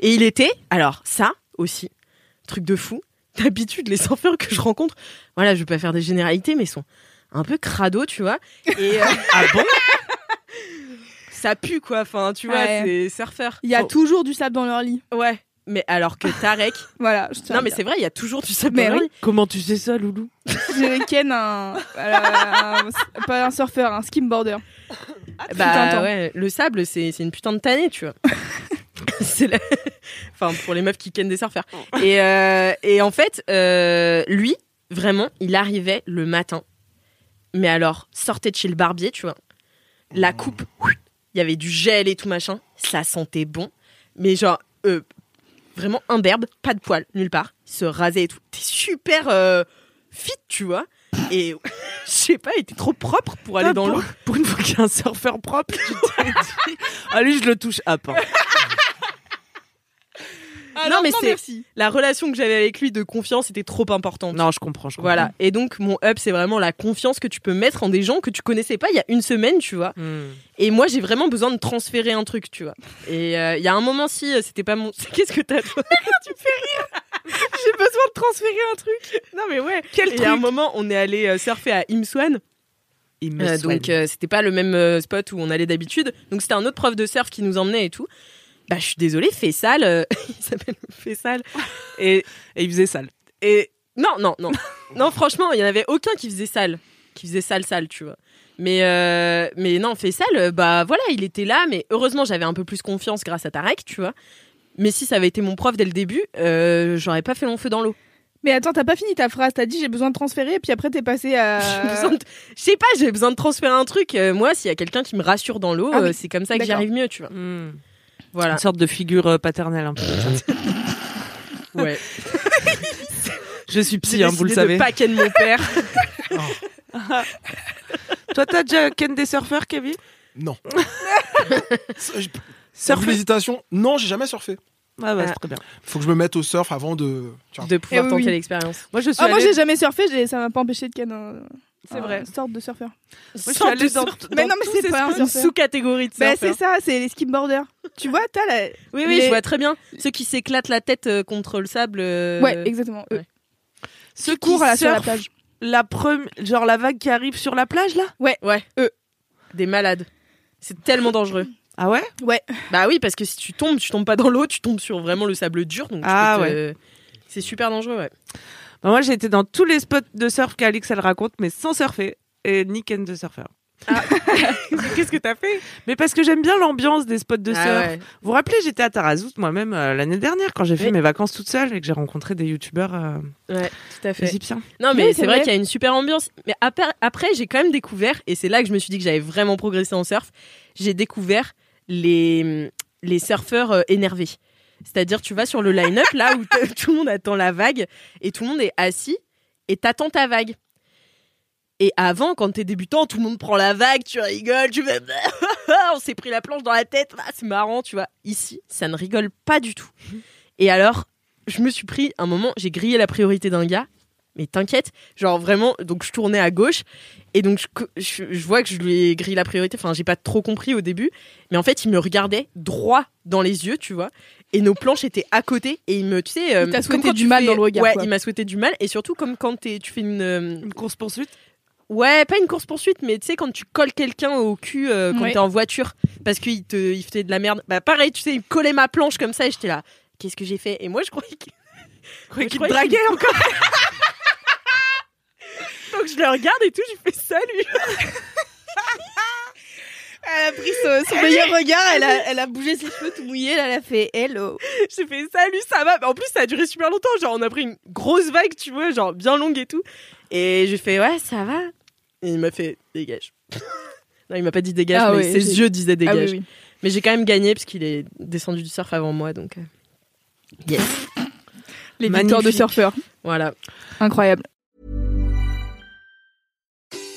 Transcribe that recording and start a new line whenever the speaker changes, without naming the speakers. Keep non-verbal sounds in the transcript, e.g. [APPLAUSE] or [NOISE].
Et il était, alors ça aussi, truc de fou. D'habitude, les surfeurs que je rencontre, voilà, je vais pas faire des généralités, mais ils sont un peu crado, tu vois. Et euh,
[LAUGHS] Ah bon
ça pue, quoi. Enfin, tu vois,
Ouais.
c'est surfeur.
Il y a
Faut-
toujours du sable dans leur lit.
Ouais. Mais alors que
[LAUGHS]
Tarek.
Voilà, je tiens
non, mais
à
c'est vrai, il y a toujours du sable
Mais
dans leur
oui.
lit.
Comment tu sais ça, Loulou
dire. J'ai ken un, euh, un- Pas un surfeur, un skimboarder. putain,
Bah
attends.
ouais, le sable, c'est c'est une putain de tannée, tu vois. c'est la- Enfin, pour les meufs qui kennent des surfeurs. Et, euh, et en fait, euh, lui, vraiment, il arrivait le matin. Mais alors, sortait de chez le barbier, tu vois. La coupe, il y avait du gel et tout machin. Ça sentait bon. Mais genre, euh, vraiment imberbe, pas de poils nulle part. Il se rasait et tout. T'es super euh, fit, tu vois. Et [LAUGHS] je sais pas, il était trop propre pour aller
Ah,
dans
pour-
l'eau.
[LAUGHS] Pour une fois qu'il y a un surfeur propre, tu t'es dit Ah, lui, je le touche à part.
non, mais c'est-
Ah merci.
la relation que j'avais avec lui de confiance était trop importante.
Non, je comprends, je comprends.
Voilà. Et donc, mon up, c'est vraiment la confiance que tu peux mettre en des gens que tu connaissais pas il y a une semaine, tu vois.
Hmm.
Et moi, j'ai vraiment besoin de transférer un truc, tu vois. Et euh, il y a un moment, si euh, c'était pas mon. [LAUGHS] Qu'est-ce que t'as, toi Tu me fais rire [LAUGHS] J'ai besoin de transférer un truc Non, mais ouais.
Quel
Et Il y a un moment, on est allé euh, surfer à Imswan.
Il me
Euh,
soigne.
donc euh, c'était pas le même euh, spot où on allait d'habitude. Donc c'était un autre prof de surf qui nous emmenait et tout. Bah je suis désolée, Fessal, euh, [LAUGHS] il s'appelle Fessal. Et,
Et il faisait sale.
et non non
[LAUGHS]
non non franchement il y en avait aucun qui faisait sale, qui faisait sale sale tu vois. Mais euh, mais non Fessal, euh, bah voilà il était là, mais heureusement j'avais un peu plus confiance grâce à Tarek tu vois. Mais si ça avait été mon prof dès le début, euh, j'aurais pas fait long feu dans l'eau.
Mais attends, t'as pas fini ta phrase. T'as dit j'ai besoin de transférer, et puis après t'es passé [LAUGHS] à.
J'ai besoin de- Je sais pas, j'ai besoin de transférer un truc. Euh, moi, s'il y a quelqu'un qui me rassure dans l'eau,
Ah oui,
euh, c'est comme ça que j'y
d'accord.
arrive mieux, tu vois.
Hmm.
Voilà.
[LAUGHS]
Une sorte de figure euh, paternelle, un peu.
Ouais.
Je suis
J'ai
psy, hein, vous le
décidé de
savez.
pas ken mon père.
Toi, t'as déjà ken des surfeurs, Kevin
Non. Ça, j'ai- Surf
Surfer
l'hésitation. Non, j'ai jamais surfé.
Ah, bah,
Ah.
c'est très bien.
Faut que je me mette au surf avant de. tu vois.
de pouvoir
Eh oui,
tenter
oui.
l'expérience.
Moi, je suis
Ah, moi
allée-
j'ai jamais surfé, j'ai- ça m'a pas empêché de ken un.
C'est
un-
vrai.
Une sorte de surfeur.
Moi, je suis
Sorte
allée
de
dans,
sorte-
Mais
dans
non, mais
tous
[LAUGHS] c'est
ces
pas un
sports.
une
surfeur.
sous-catégorie de hein.
Bah,
surf.
c'est ça, c'est les skimboarders. Tu vois, t'as la.
Oui, oui,
Les-
je vois très bien. Ceux qui s'éclatent la tête euh, contre le sable. euh,
Ouais, exactement. eux.
ouais.
Ceux qui
Cours à la- sur la
surfent
plage.
la première, genre la vague qui arrive sur la plage là
Ouais. Eux. Des malades. C'est tellement dangereux.
Ah ouais
bah oui, parce que si tu tombes, tu tombes pas dans l'eau, tu tombes sur vraiment le sable dur. Donc tu
Ah,
peux te- C'est super dangereux, ouais.
Bah, Moi j'ai été dans tous les spots de surf qu'Alix elle raconte, mais sans surfer et ni ken de surfeur.
Ah.
[LAUGHS]
Qu'est-ce que t'as fait
Mais parce que j'aime bien l'ambiance des spots de surf.
ah, ouais.
Vous vous rappelez, j'étais à Tarazout moi-même euh, l'année dernière quand j'ai fait
Oui.
mes vacances toute seule et que j'ai rencontré des youtubeurs euh,
ouais, tout à fait.
égyptiens.
Non, mais
Oui,
c'est
c'est
vrai,
vrai.
qu'il y a une super ambiance. Mais après, après, j'ai quand même découvert, et c'est là que je me suis dit que j'avais vraiment progressé en surf, j'ai découvert les, les surfeurs euh, énervés. C'est-à-dire, tu vas sur le line-up, là où t- [LAUGHS] tout le monde attend la vague, et tout le monde est assis, et t'attends ta vague. Et avant, quand t'es débutant, tout le monde prend la vague, tu rigoles, tu fais bah, [LAUGHS] on s'est pris la planche dans la tête, ah, c'est marrant, tu vois. Ici, ça ne rigole pas du tout. Et alors, je me suis pris un moment, j'ai grillé la priorité d'un gars, mais t'inquiète, genre vraiment, donc je tournais à gauche, et donc je, co- je- je vois que je lui ai grillé la priorité, enfin j'ai pas trop compris au début, mais en fait il me regardait droit dans les yeux, tu vois, et nos planches étaient à côté, et il me, tu sais, euh,
Il t'a
comme
souhaité
quand
du
tu
mal
fais-
dans le regard,
Ouais,
quoi.
il m'a souhaité du mal, et surtout comme quand t'es- tu fais une... euh,
Une course poursuite
Ouais, pas une course poursuite, mais tu sais, quand tu colles quelqu'un au cul euh, quand
Ouais.
t'es en voiture, parce qu'il te, il faisait de la merde. Bah, pareil, tu sais, il me collait ma planche comme ça et j'étais là, qu'est-ce que j'ai fait Et moi, je croyais qu'il
Quoi
je
qu'il
croyais
draguait
qu'il-
encore
Donc, je le regarde et tout, je fais ça, lui.
[LAUGHS]
[LAUGHS]
Elle a pris son, son meilleur regard, elle a, elle a bougé ses cheveux tout mouillés, là, elle a fait hello.
J'ai fait salut, ça va. Bah, En plus, ça a duré super longtemps. Genre, on a pris une grosse vague, tu vois, genre bien longue et tout. Et j'ai fait ouais, ça va. Et il m'a fait dégage. [LAUGHS] non, il m'a pas dit dégage,
Ah
mais
ouais,
ses
j'ai- Ah
yeux disaient dégage.
oui.
Mais j'ai quand même gagné parce qu'il est descendu du surf avant moi, donc euh, yes.
Les victoires de
Magnifique.
surfeurs.
Voilà.
Incroyable.